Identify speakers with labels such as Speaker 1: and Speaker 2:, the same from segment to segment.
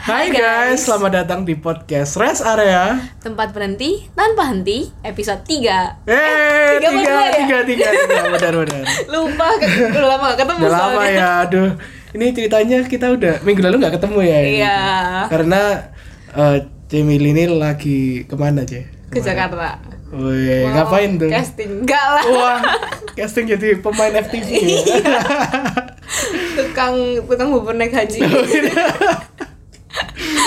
Speaker 1: Hai guys, selamat datang di podcast Rest Area.
Speaker 2: Tempat berhenti tanpa henti episode 3
Speaker 1: Eh, tiga,
Speaker 2: tiga berdua ya?
Speaker 1: tiga, tiga, tiga, benar, benar.
Speaker 2: Lupa, ke- udah lama gak ketemu
Speaker 1: Udah lama
Speaker 2: soalnya.
Speaker 1: ya, aduh. Ini ceritanya kita udah minggu lalu nggak ketemu ya. ini.
Speaker 2: Iya.
Speaker 1: Karena eh Cemil ini lagi kemana Cem?
Speaker 2: Ke Jakarta
Speaker 1: Wih, Eh,
Speaker 2: Wow,
Speaker 1: ngapain tuh?
Speaker 2: Casting, enggak lah Iya.
Speaker 1: Wah, casting jadi pemain FTV. ya?
Speaker 2: Tukang, tukang bubur naik haji
Speaker 1: Oh, iya.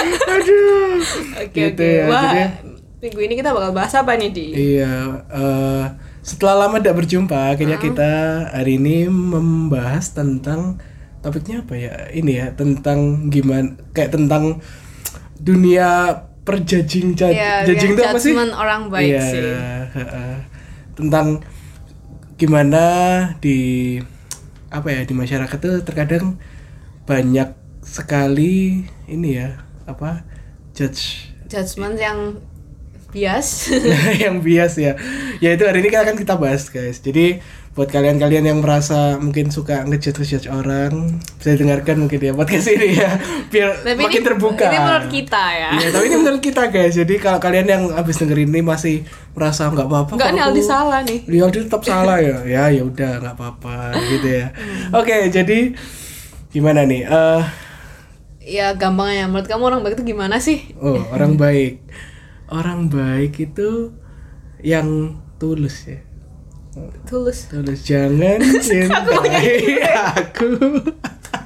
Speaker 1: aduh.
Speaker 2: Oke,
Speaker 1: Gitu
Speaker 2: oke
Speaker 1: ya,
Speaker 2: Wah,
Speaker 1: jadi-
Speaker 2: minggu ini kita bakal bahas apa nih, Di?
Speaker 1: Iya, eh, setelah lama tidak berjumpa, akhirnya kita hari ini membahas tentang topiknya apa ya? Ini ya tentang gimana kayak tentang dunia perjajing jaj-
Speaker 2: Iya,
Speaker 1: jajing
Speaker 2: biar
Speaker 1: itu apa sih?
Speaker 2: judgment orang baik
Speaker 1: Iya,
Speaker 2: sih.
Speaker 1: heeh. tentang gimana di apa ya di masyarakat tuh terkadang banyak sekali ini ya apa judge
Speaker 2: Judgment yang bias
Speaker 1: yang bias ya ya itu hari ini akan kita bahas guys jadi buat kalian-kalian yang merasa mungkin suka ngejudge ngejudge orang bisa dengarkan mungkin ya podcast ini ya biar
Speaker 2: Tapi
Speaker 1: makin
Speaker 2: ini,
Speaker 1: terbuka
Speaker 2: Ini menurut kita ya
Speaker 1: Iya, tapi ini menurut kita guys jadi kalau kalian yang habis dengerin ini masih merasa nggak apa-apa
Speaker 2: Enggak
Speaker 1: kalau
Speaker 2: nih Aldi
Speaker 1: aku-
Speaker 2: salah nih
Speaker 1: Ya Aldi tetap salah ya. Ya ya udah nggak apa-apa gitu ya.
Speaker 2: Hmm.
Speaker 1: Oke, jadi gimana nih? Eh
Speaker 2: Ya gampangnya, menurut kamu orang baik itu gimana sih?
Speaker 1: Oh, orang baik. Orang baik itu yang tulus ya.
Speaker 2: Tulus
Speaker 1: Tulus jangan cintai aku.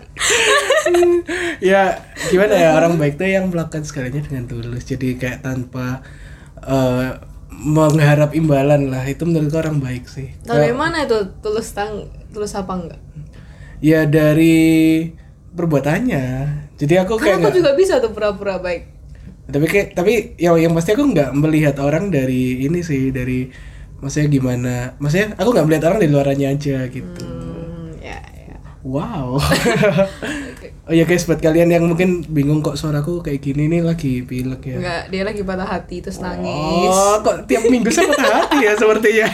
Speaker 1: ya, gimana ya orang baik tuh yang melakukan segalanya dengan tulus. Jadi kayak tanpa eh, mengharap imbalan lah. Itu menurut gua orang baik sih. Ya,
Speaker 2: Tahu dari
Speaker 1: Kalau-
Speaker 2: mana itu tulus tang tulus apa enggak?
Speaker 1: Ya dari perbuatannya. Jadi aku kayak
Speaker 2: Kan aku
Speaker 1: nggak-
Speaker 2: juga bisa tuh pura-pura baik.
Speaker 1: tapi kayak tapi ya, yang yang pasti aku nggak melihat orang dari ini sih dari maksudnya gimana maksudnya aku nggak melihat orang dari luarannya aja gitu
Speaker 2: Hmm, ya, ya.
Speaker 1: wow oh ya guys buat kalian yang mungkin bingung kok suaraku kayak gini nih lagi pilek ya
Speaker 2: Enggak, dia lagi patah hati terus nangis.
Speaker 1: oh kok tiap minggu saya patah hati ya sepertinya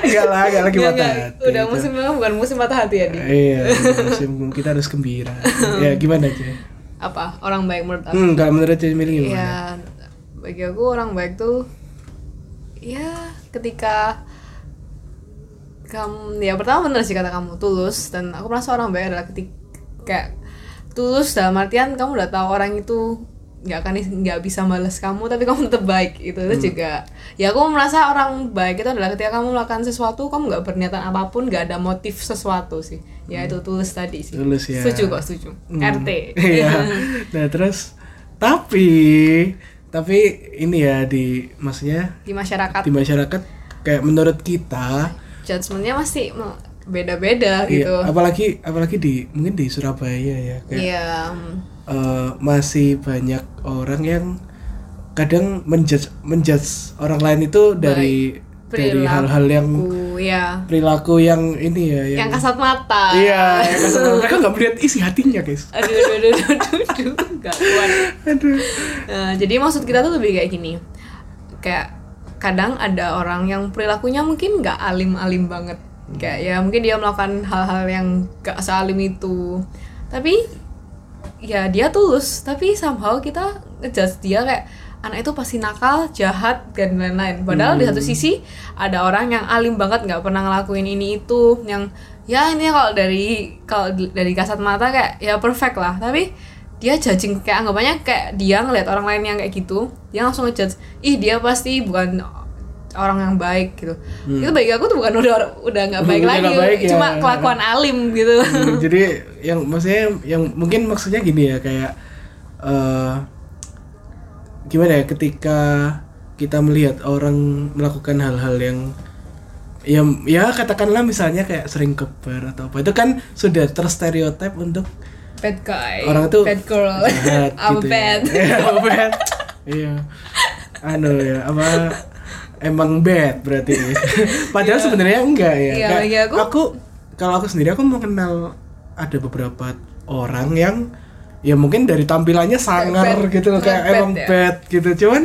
Speaker 1: Enggak lah, enggak lagi
Speaker 2: Enggak,
Speaker 1: patah
Speaker 2: enggak.
Speaker 1: hati
Speaker 2: Udah
Speaker 1: itu.
Speaker 2: musim memang bukan musim patah hati ya, Di.
Speaker 1: Iya, musim kita harus gembira Ya gimana aja
Speaker 2: Apa? Orang baik menurut aku.
Speaker 1: Hmm, kalau menurut Cemil gimana?
Speaker 2: Ya, bagi aku orang baik tuh ya ketika kamu ya pertama bener sih kata kamu tulus dan aku merasa orang baik adalah ketika kayak tulus dalam artian kamu udah tahu orang itu nggak akan nggak bisa males kamu tapi kamu tetap baik itu itu
Speaker 1: Hmm.
Speaker 2: juga ya aku merasa orang baik itu adalah ketika kamu melakukan sesuatu kamu nggak berniatan apapun nggak ada motif sesuatu sih ya itu tulus tadi sih
Speaker 1: Hmm. Tulus ya.
Speaker 2: setuju kok setuju
Speaker 1: Hmm.
Speaker 2: rt
Speaker 1: Iya. Nah, terus tapi tapi ini ya di maksudnya
Speaker 2: di masyarakat
Speaker 1: di masyarakat kayak menurut kita
Speaker 2: judgementnya masih me- beda-beda gitu.
Speaker 1: iya, apalagi apalagi di mungkin di Surabaya ya kayak
Speaker 2: Iya. mm.
Speaker 1: eh, masih banyak orang yang kadang menjudge menjudge orang lain itu dari dari
Speaker 2: Perilaku,
Speaker 1: hal-hal yang
Speaker 2: ya.
Speaker 1: perilaku yang ini ya yang,
Speaker 2: Yang kasat mata.
Speaker 1: iya yang kasar. mereka nggak melihat isi hatinya guys
Speaker 2: Aduh, aduh, aduh, aduh, aduh, aduh, nggak kuat.
Speaker 1: aduh
Speaker 2: Nah, jadi maksud kita tuh lebih kayak gini. Kayak kadang ada orang yang perilakunya mungkin nggak alim-alim banget. Kayak ya mungkin dia melakukan hal-hal yang gak sealim itu. Tapi ya dia tulus, tapi somehow kita ngejudge dia kayak anak itu pasti nakal, jahat dan lain-lain. Padahal di satu sisi ada orang yang alim banget nggak pernah ngelakuin ini itu, yang ya ini kalau dari kalau di- dari kasat mata kayak ya perfect lah. Tapi dia judging kayak anggapannya kayak dia ngeliat orang lain yang kayak gitu dia langsung ngejudge ih dia pasti bukan orang yang baik gitu itu bagi aku tuh bukan udah udah nggak
Speaker 1: Hmm.
Speaker 2: baik
Speaker 1: Udah
Speaker 2: lagi
Speaker 1: nggak baik, ya.
Speaker 2: cuma kelakuan alim gitu
Speaker 1: Hmm, jadi yang maksudnya yang mungkin maksudnya gini ya kayak eh gimana ya ketika kita melihat orang melakukan hal-hal yang ya ya katakanlah misalnya kayak sering kebar atau apa itu kan sudah terstereotip untuk
Speaker 2: bad guy
Speaker 1: orang tuh
Speaker 2: bad girl
Speaker 1: jahat
Speaker 2: I'm
Speaker 1: gitu
Speaker 2: bad
Speaker 1: ya. Iya, I'm bad. iya anu ya apa emang bad berarti padahal sebenarnya enggak ya
Speaker 2: Iya,
Speaker 1: Kayak
Speaker 2: bagi aku-
Speaker 1: kalau aku sendiri aku mengenal ada beberapa orang yang ya mungkin dari tampilannya sangar
Speaker 2: bad,
Speaker 1: gitu loh
Speaker 2: bukan
Speaker 1: kayak
Speaker 2: bad
Speaker 1: emang
Speaker 2: ya.
Speaker 1: bad gitu cuman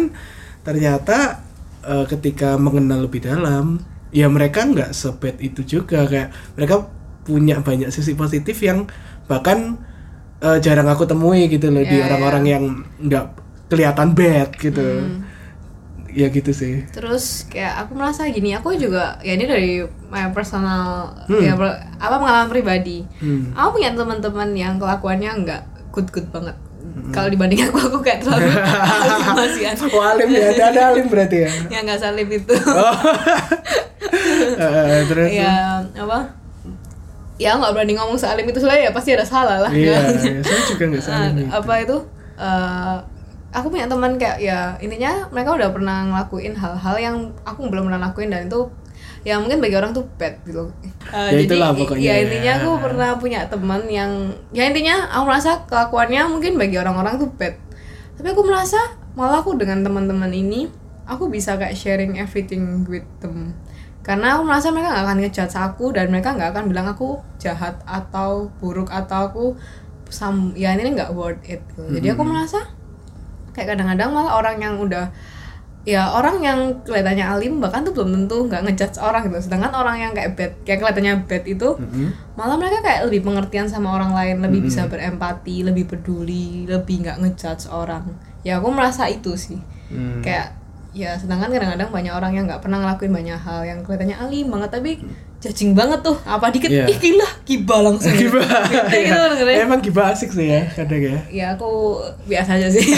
Speaker 1: ternyata eh, ketika mengenal lebih dalam ya mereka nggak sebad itu juga kayak mereka punya banyak sisi positif yang bahkan eh, jarang aku temui gitu loh di
Speaker 2: Iya,
Speaker 1: orang-orang yang nggak kelihatan bad gitu
Speaker 2: Hmm.
Speaker 1: ya gitu sih
Speaker 2: terus kayak aku merasa gini aku juga ya ini dari my personal ya per- apa pengalaman pribadi
Speaker 1: Hmm.
Speaker 2: aku punya teman-teman yang kelakuannya nggak good good banget
Speaker 1: Hmm.
Speaker 2: kalau dibanding aku aku kayak terlalu kasihan
Speaker 1: Oh, alim ya, ada, ada alim berarti ya.
Speaker 2: yang nggak salib itu
Speaker 1: Eh, eh, terus
Speaker 2: ya apa ya nggak berani ngomong salim itu soalnya ya pasti ada salah lah
Speaker 1: iya,
Speaker 2: jalannya.
Speaker 1: iya, saya juga nggak salah.
Speaker 2: Eh,
Speaker 1: nih.
Speaker 2: apa itu eh, aku punya teman kayak ya intinya mereka udah pernah ngelakuin hal-hal yang aku belum pernah lakuin dan itu yang mungkin bagi orang tuh bad gitu Eh,
Speaker 1: Ya, itulah
Speaker 2: i-
Speaker 1: pokoknya.
Speaker 2: ya intinya aku pernah punya teman yang ya intinya aku merasa kelakuannya mungkin bagi orang-orang tuh bad tapi aku merasa malah aku dengan teman-teman ini aku bisa kayak sharing everything with them karena aku merasa mereka nggak akan ngejudge aku dan mereka nggak akan bilang aku jahat atau buruk atau aku some ya ini nggak worth it gitu. jadi aku merasa kayak kadang-kadang malah orang yang udah ya orang yang kelihatannya alim bahkan tuh belum tentu nggak ngejudge orang gitu sedangkan orang yang kayak bad kayak kelihatannya bad itu
Speaker 1: Mm-mm.
Speaker 2: malah mereka kayak lebih pengertian sama orang lain lebih bisa berempati lebih peduli lebih nggak ngejudge orang ya aku merasa itu sih
Speaker 1: Hmm.
Speaker 2: kayak ya sedangkan kadang-kadang banyak orang yang nggak pernah ngelakuin banyak hal yang kelihatannya alim banget tapi judging banget tuh apa dikit
Speaker 1: Iya.
Speaker 2: ih gila gibah langsung
Speaker 1: Gibah.
Speaker 2: Gitu, gitu, dengerin.
Speaker 1: Emang gibah asik sih ya kadang ya.
Speaker 2: ya aku biasa aja sih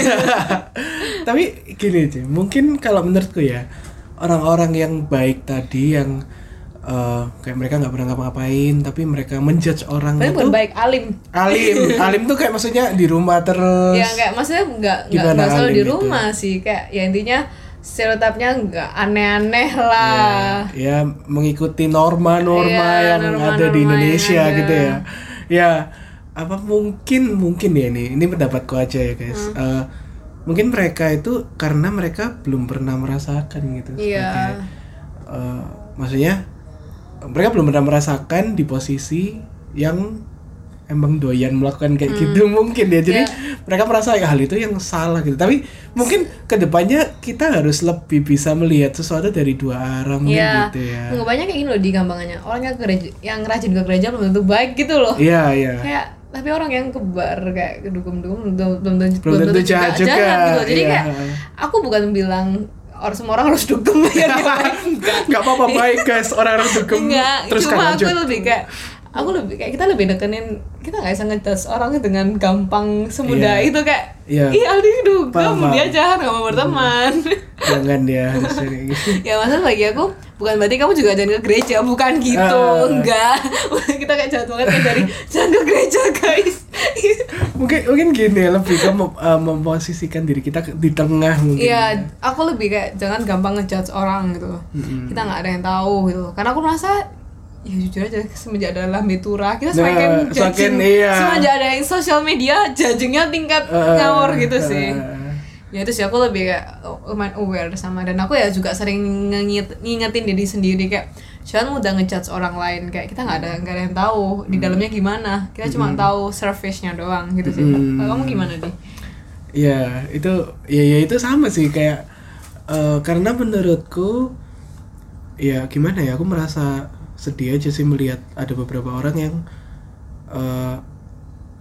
Speaker 1: Tapi gini sih, mungkin kalau menurutku ya orang-orang yang baik tadi yang eh, kayak mereka nggak pernah ngapa-ngapain tapi mereka menjudge orang
Speaker 2: tapi
Speaker 1: itu
Speaker 2: bukan baik alim
Speaker 1: alim alim tuh kayak maksudnya di rumah terus
Speaker 2: ya kayak maksudnya nggak nggak
Speaker 1: Gimana
Speaker 2: nggak selalu
Speaker 1: alim
Speaker 2: di
Speaker 1: gitu?
Speaker 2: rumah sih kayak ya intinya stereotipnya nggak aneh-aneh lah
Speaker 1: ya mengikuti norma-norma yang
Speaker 2: Iya, norma-norma
Speaker 1: ada di
Speaker 2: yang
Speaker 1: Indonesia
Speaker 2: ada.
Speaker 1: gitu ya ya apa mungkin mungkin ya ini ini pendapatku aja ya
Speaker 2: Hmm.
Speaker 1: guys Eh, mungkin mereka itu karena mereka belum pernah merasakan gitu
Speaker 2: Iya.
Speaker 1: sebagai, eh, maksudnya mereka belum pernah merasakan di posisi yang emang doyan melakukan
Speaker 2: Hmm.
Speaker 1: kayak gitu mungkin ya jadi mereka merasa ya, hal itu yang salah gitu tapi mungkin kedepannya kita harus lebih bisa melihat sesuatu dari dua arah mungkin
Speaker 2: ya
Speaker 1: gitu ya
Speaker 2: anggapannya kayak gini loh di gampangannya orang yang gereja yang rajin ke gereja belum tentu baik gitu loh
Speaker 1: iya iya
Speaker 2: kayak tapi orang yang kebar kayak kedukung-dukung belum belum tentu
Speaker 1: Belum tentu jahat juga.
Speaker 2: gitu jadi
Speaker 1: Iya.
Speaker 2: kayak aku bukan bilang orang semua orang harus dukung ya
Speaker 1: nggak apa-apa baik guys orang-orang dugem
Speaker 2: enggak
Speaker 1: terus kan
Speaker 2: cuma aku
Speaker 1: lanjut
Speaker 2: lebih kayak aku lebih kayak kita lebih nekenin kita nggak bisa ngejudge orang dengan gampang semudah
Speaker 1: Iya.
Speaker 2: itu kayak
Speaker 1: Iya.
Speaker 2: ih Aldi dugem
Speaker 1: Paham, Mm-hmm.
Speaker 2: dia
Speaker 1: paham.
Speaker 2: jahat nggak mau berteman
Speaker 1: jangan dia sering
Speaker 2: ya maksudnya bagi aku bukan berarti kamu juga jangan ke gereja bukan gitu
Speaker 1: Ah.
Speaker 2: enggak kita kayak jahat banget kayak dari jangan ke gereja guys
Speaker 1: mungkin mungkin gini lebih ke mem- eh, memposisikan diri kita ke- di tengah mungkin
Speaker 2: Iya, aku lebih kayak jangan gampang ngejudge orang gitu loh.
Speaker 1: Mm-mm.
Speaker 2: Kita nggak ada yang tahu gitu. Karena aku merasa ya jujur aja semenjak ada Lambe Tura kita semakin
Speaker 1: Nah, semakin,
Speaker 2: judging.
Speaker 1: iya.
Speaker 2: Semenjak ada yang sosial media judgingnya tingkat
Speaker 1: Eh,
Speaker 2: ngawur gitu sih.
Speaker 1: eh,
Speaker 2: Ya itu sih aku lebih kayak lumayan aware sama dan aku ya juga sering ngingit- ngingetin diri sendiri kayak jangan mudah ngejudge orang lain kayak kita nggak ada nggak ada yang tahu di dalamnya gimana. Kita cuma tahu surface-nya doang gitu sih.
Speaker 1: Mm.
Speaker 2: Kalau Kamu gimana nih?
Speaker 1: Ya itu ya ya itu sama sih kayak eh, karena menurutku ya gimana ya aku merasa sedih aja sih melihat ada beberapa orang yang eh,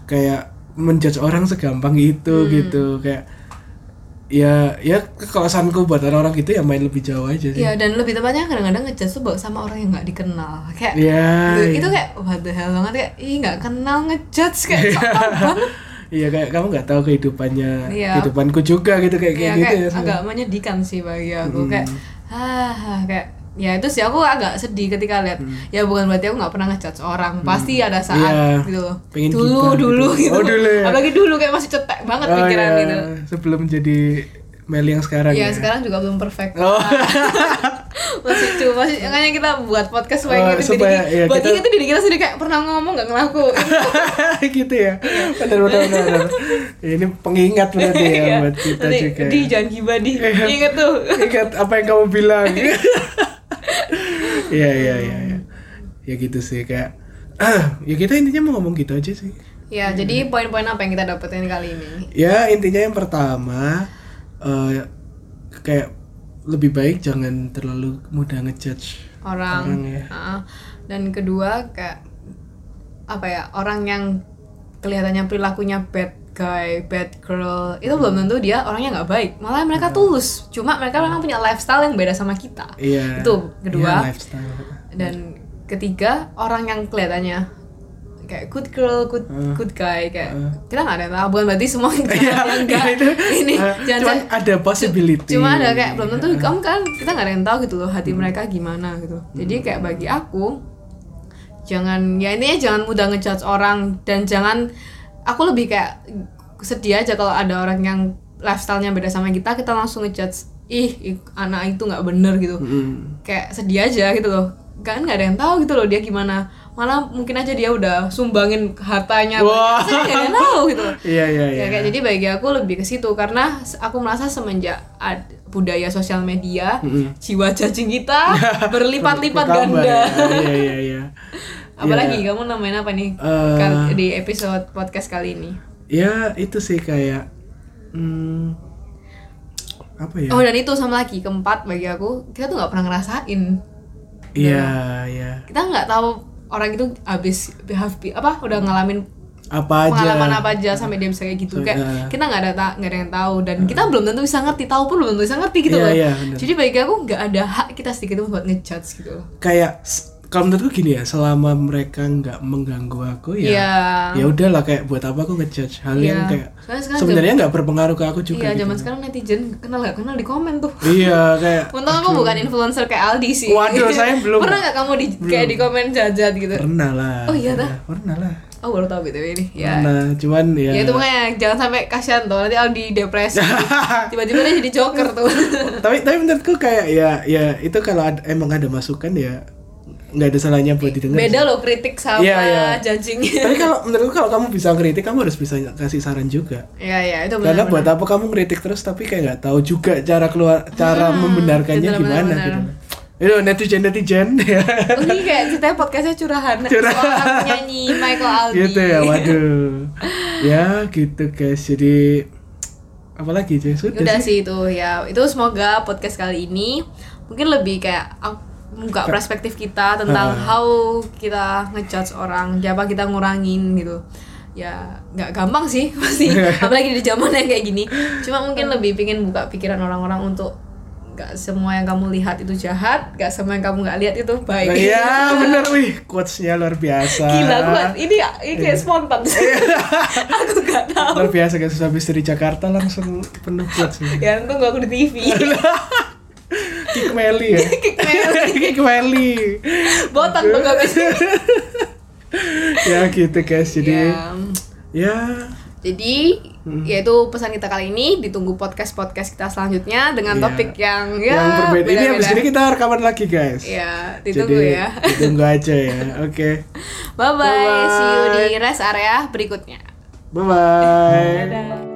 Speaker 1: kayak menjudge orang segampang itu
Speaker 2: Hmm.
Speaker 1: gitu kayak ya ya kekosanku buat orang gitu ya main lebih jauh aja sih.
Speaker 2: Iya dan lebih tepatnya kadang-kadang ngejudge tuh bawa sama orang yang nggak dikenal kayak
Speaker 1: Ya.
Speaker 2: itu, itu kayak what the hell banget kayak ih nggak kenal ngejudge kayak sok tau banget
Speaker 1: Iya kayak kamu nggak tahu kehidupannya
Speaker 2: Iya.
Speaker 1: kehidupanku juga gitu kayak
Speaker 2: ya,
Speaker 1: kayak gitu
Speaker 2: kayak
Speaker 1: ya. Hmm.
Speaker 2: agak menyedihkan sih bagi aku kayak ah kayak ya itu sih aku agak sedih ketika lihat ya bukan berarti aku nggak pernah ngejudge orang pasti ada saat
Speaker 1: Hmm. Iya.
Speaker 2: gitu loh
Speaker 1: Pengen
Speaker 2: dulu
Speaker 1: gibah
Speaker 2: dulu
Speaker 1: gitu.
Speaker 2: gitu,
Speaker 1: Oh, dulu ya.
Speaker 2: apalagi dulu kayak masih cetek banget
Speaker 1: Oh,
Speaker 2: pikiran
Speaker 1: iya.
Speaker 2: gitu
Speaker 1: Sebelum jadi Meli yang sekarang
Speaker 2: ya,
Speaker 1: ya.
Speaker 2: sekarang juga belum perfect
Speaker 1: Oh.
Speaker 2: masih cu masih makanya kita buat podcast
Speaker 1: Oh,
Speaker 2: supaya ngingetin
Speaker 1: supaya,
Speaker 2: diri
Speaker 1: iya,
Speaker 2: buat
Speaker 1: kita-
Speaker 2: ngingetin diri kita sendiri kayak pernah ngomong nggak ngelakuin
Speaker 1: gitu ya benar benar benar, benar. Ya, ini pengingat berarti ya
Speaker 2: Iya.
Speaker 1: buat kita
Speaker 2: Nanti,
Speaker 1: juga ya. Iya.
Speaker 2: Di jangan gibah di. Ingat tuh.
Speaker 1: ingat apa yang kamu bilang Iya iya iya ya. ya gitu sih kayak ya kita intinya mau ngomong gitu aja sih
Speaker 2: Ya, jadi poin-poin apa yang kita dapetin kali ini?
Speaker 1: ya intinya yang pertama eh, kayak lebih baik jangan terlalu mudah ngejudge
Speaker 2: Orang.
Speaker 1: Orang ya.
Speaker 2: Ah. dan kedua kayak apa ya? Orang yang kelihatannya perilakunya bad guy, bad girl, itu belum tentu dia orangnya nggak baik. Malah mereka tulus, cuma mereka memang punya lifestyle yang beda sama kita.
Speaker 1: Iya.
Speaker 2: Itu kedua.
Speaker 1: Iya, lifestyle.
Speaker 2: Dan ketiga orang yang kelihatannya kayak good girl, good
Speaker 1: Hmm.
Speaker 2: good guy kayak
Speaker 1: Hmm.
Speaker 2: kita nggak ada yang tahu, bukan berarti semua yang enggak
Speaker 1: Iya. itu.
Speaker 2: ini
Speaker 1: Eh,
Speaker 2: jangan
Speaker 1: cuman ada possibility. Ah,
Speaker 2: cuma ada kayak belum
Speaker 1: ya.
Speaker 2: tentu kamu kan kita nggak ada yang tahu gitu loh hati mereka gimana gitu jadi kayak bagi aku jangan ya intinya jangan mudah ngejudge orang dan jangan aku lebih kayak sedih aja kalau ada orang yang lifestyle-nya beda sama kita kita langsung ngejudge ih i- anak itu nggak bener gitu
Speaker 1: Mm.
Speaker 2: kayak sedih aja gitu loh kan nggak ada yang tahu gitu loh dia gimana malah mungkin aja dia udah sumbangin hartanya
Speaker 1: Wah.
Speaker 2: Saya nggak ada yang tahu gitu loh
Speaker 1: Iya iya iya.
Speaker 2: Ya, kayak jadi bagi aku lebih ke situ karena s- aku merasa semenjak ad- budaya sosial media
Speaker 1: Mm-mm.
Speaker 2: jiwa cacing kita berlipat-lipat
Speaker 1: Bertambah,
Speaker 2: ganda.
Speaker 1: ya. Iya iya iya.
Speaker 2: Apalagi
Speaker 1: Iya.
Speaker 2: kamu namain apa nih
Speaker 1: Eh.
Speaker 2: kal- di episode podcast kali ini?
Speaker 1: Ya itu sih kayak hmm, apa ya?
Speaker 2: Oh dan itu sama lagi keempat bagi aku kita tuh nggak pernah ngerasain
Speaker 1: Iya iya.
Speaker 2: kita nggak tahu orang itu habis habis- apa udah ngalamin
Speaker 1: Apa aja?
Speaker 2: pengalaman apa aja sampai dia bisa kayak gitu
Speaker 1: Sampai-
Speaker 2: kayak
Speaker 1: eh.
Speaker 2: kita nggak ada ta- nggak ada yang tahu dan kita belum tentu bisa ngerti tahu pun belum tentu bisa ngerti gitu
Speaker 1: Iya,
Speaker 2: loh
Speaker 1: iya, bener.
Speaker 2: jadi bagi aku nggak ada hak kita sedikit pun buat ngejudge gitu
Speaker 1: Oh,
Speaker 2: loh
Speaker 1: Kayak s- kalau menurutku gini ya, selama mereka nggak mengganggu aku ya.
Speaker 2: iya
Speaker 1: ya udahlah kayak buat apa aku ngejudge hal yang
Speaker 2: Iya.
Speaker 1: kayak
Speaker 2: Soalnya sekarang
Speaker 1: sebenarnya nggak berpengaruh ke aku juga
Speaker 2: iya
Speaker 1: gitu.
Speaker 2: zaman sekarang netizen kenal nggak kenal di komen tuh
Speaker 1: iya kayak
Speaker 2: untung aku bukan influencer kayak Aldi sih
Speaker 1: Waduh, saya belum.
Speaker 2: pernah nggak kamu di kayak di komen jajat gitu
Speaker 1: pernah lah
Speaker 2: Oh, iya,
Speaker 1: pernah, pernah lah
Speaker 2: oh baru tahu btw ini ya
Speaker 1: pernah cuman ya,
Speaker 2: Ya itu makanya jangan sampai kasihan tuh nanti Aldi depresi tiba-tiba dia jadi joker tuh
Speaker 1: tapi tapi menurutku kayak ya ya itu kalau ada- emang ada masukan ya nggak ada salahnya buat didengar
Speaker 2: beda loh kritik sama
Speaker 1: Iya, iya.
Speaker 2: judging
Speaker 1: tapi kalau menurutku kalau kamu bisa kritik kamu harus bisa kasih saran juga
Speaker 2: Iya iya itu
Speaker 1: karena
Speaker 2: benar. Ah,
Speaker 1: buat apa kamu kritik terus tapi kayak nggak tahu juga cara keluar cara membenarkannya
Speaker 2: benar,
Speaker 1: gimana
Speaker 2: benar,
Speaker 1: gitu itu netizen netizen Ya.
Speaker 2: Oh, ini kayak ceritanya podcastnya curahan.
Speaker 1: Curahan.
Speaker 2: Soal penyanyi Michael Aldi.
Speaker 1: gitu ya waduh ya gitu guys jadi apalagi cuy sudah,
Speaker 2: Udah
Speaker 1: sih
Speaker 2: sih itu ya. Itu semoga podcast kali ini mungkin lebih kayak ah, buka perspektif kita
Speaker 1: Ha.
Speaker 2: tentang how kita ngejudge orang, siapa kita ngurangin gitu. Ya nggak gampang sih pasti, apalagi di zaman yang kayak gini. Cuma mungkin lebih pingin buka pikiran orang-orang untuk nggak semua yang kamu lihat itu jahat, nggak semua yang kamu nggak lihat itu baik.
Speaker 1: ya bener wih quotesnya luar biasa
Speaker 2: Gila kuat. Ini ini
Speaker 1: Iya.
Speaker 2: kayak spontan. aku gak tahu.
Speaker 1: luar biasa guys habis dari Jakarta langsung penuh quotes nih.
Speaker 2: Ya untung gak aku di TV.
Speaker 1: kick Meli ya
Speaker 2: Kick Meli.
Speaker 1: kick Meli
Speaker 2: Botak tuh gak bisa.
Speaker 1: ya gitu guys jadi
Speaker 2: Ya.
Speaker 1: ya Hmm.
Speaker 2: Jadi yaitu pesan kita kali ini ditunggu podcast podcast kita selanjutnya
Speaker 1: Iya.
Speaker 2: dengan topik yang ya
Speaker 1: yang berbeda ini habis ini
Speaker 2: beda-beda.
Speaker 1: kita rekaman lagi guys
Speaker 2: Ya, ditunggu
Speaker 1: jadi,
Speaker 2: ya.
Speaker 1: ditunggu aja ya oke
Speaker 2: Bye bye.
Speaker 1: Bye-bye.
Speaker 2: See you di rest area berikutnya.
Speaker 1: bye bye
Speaker 2: Dadah.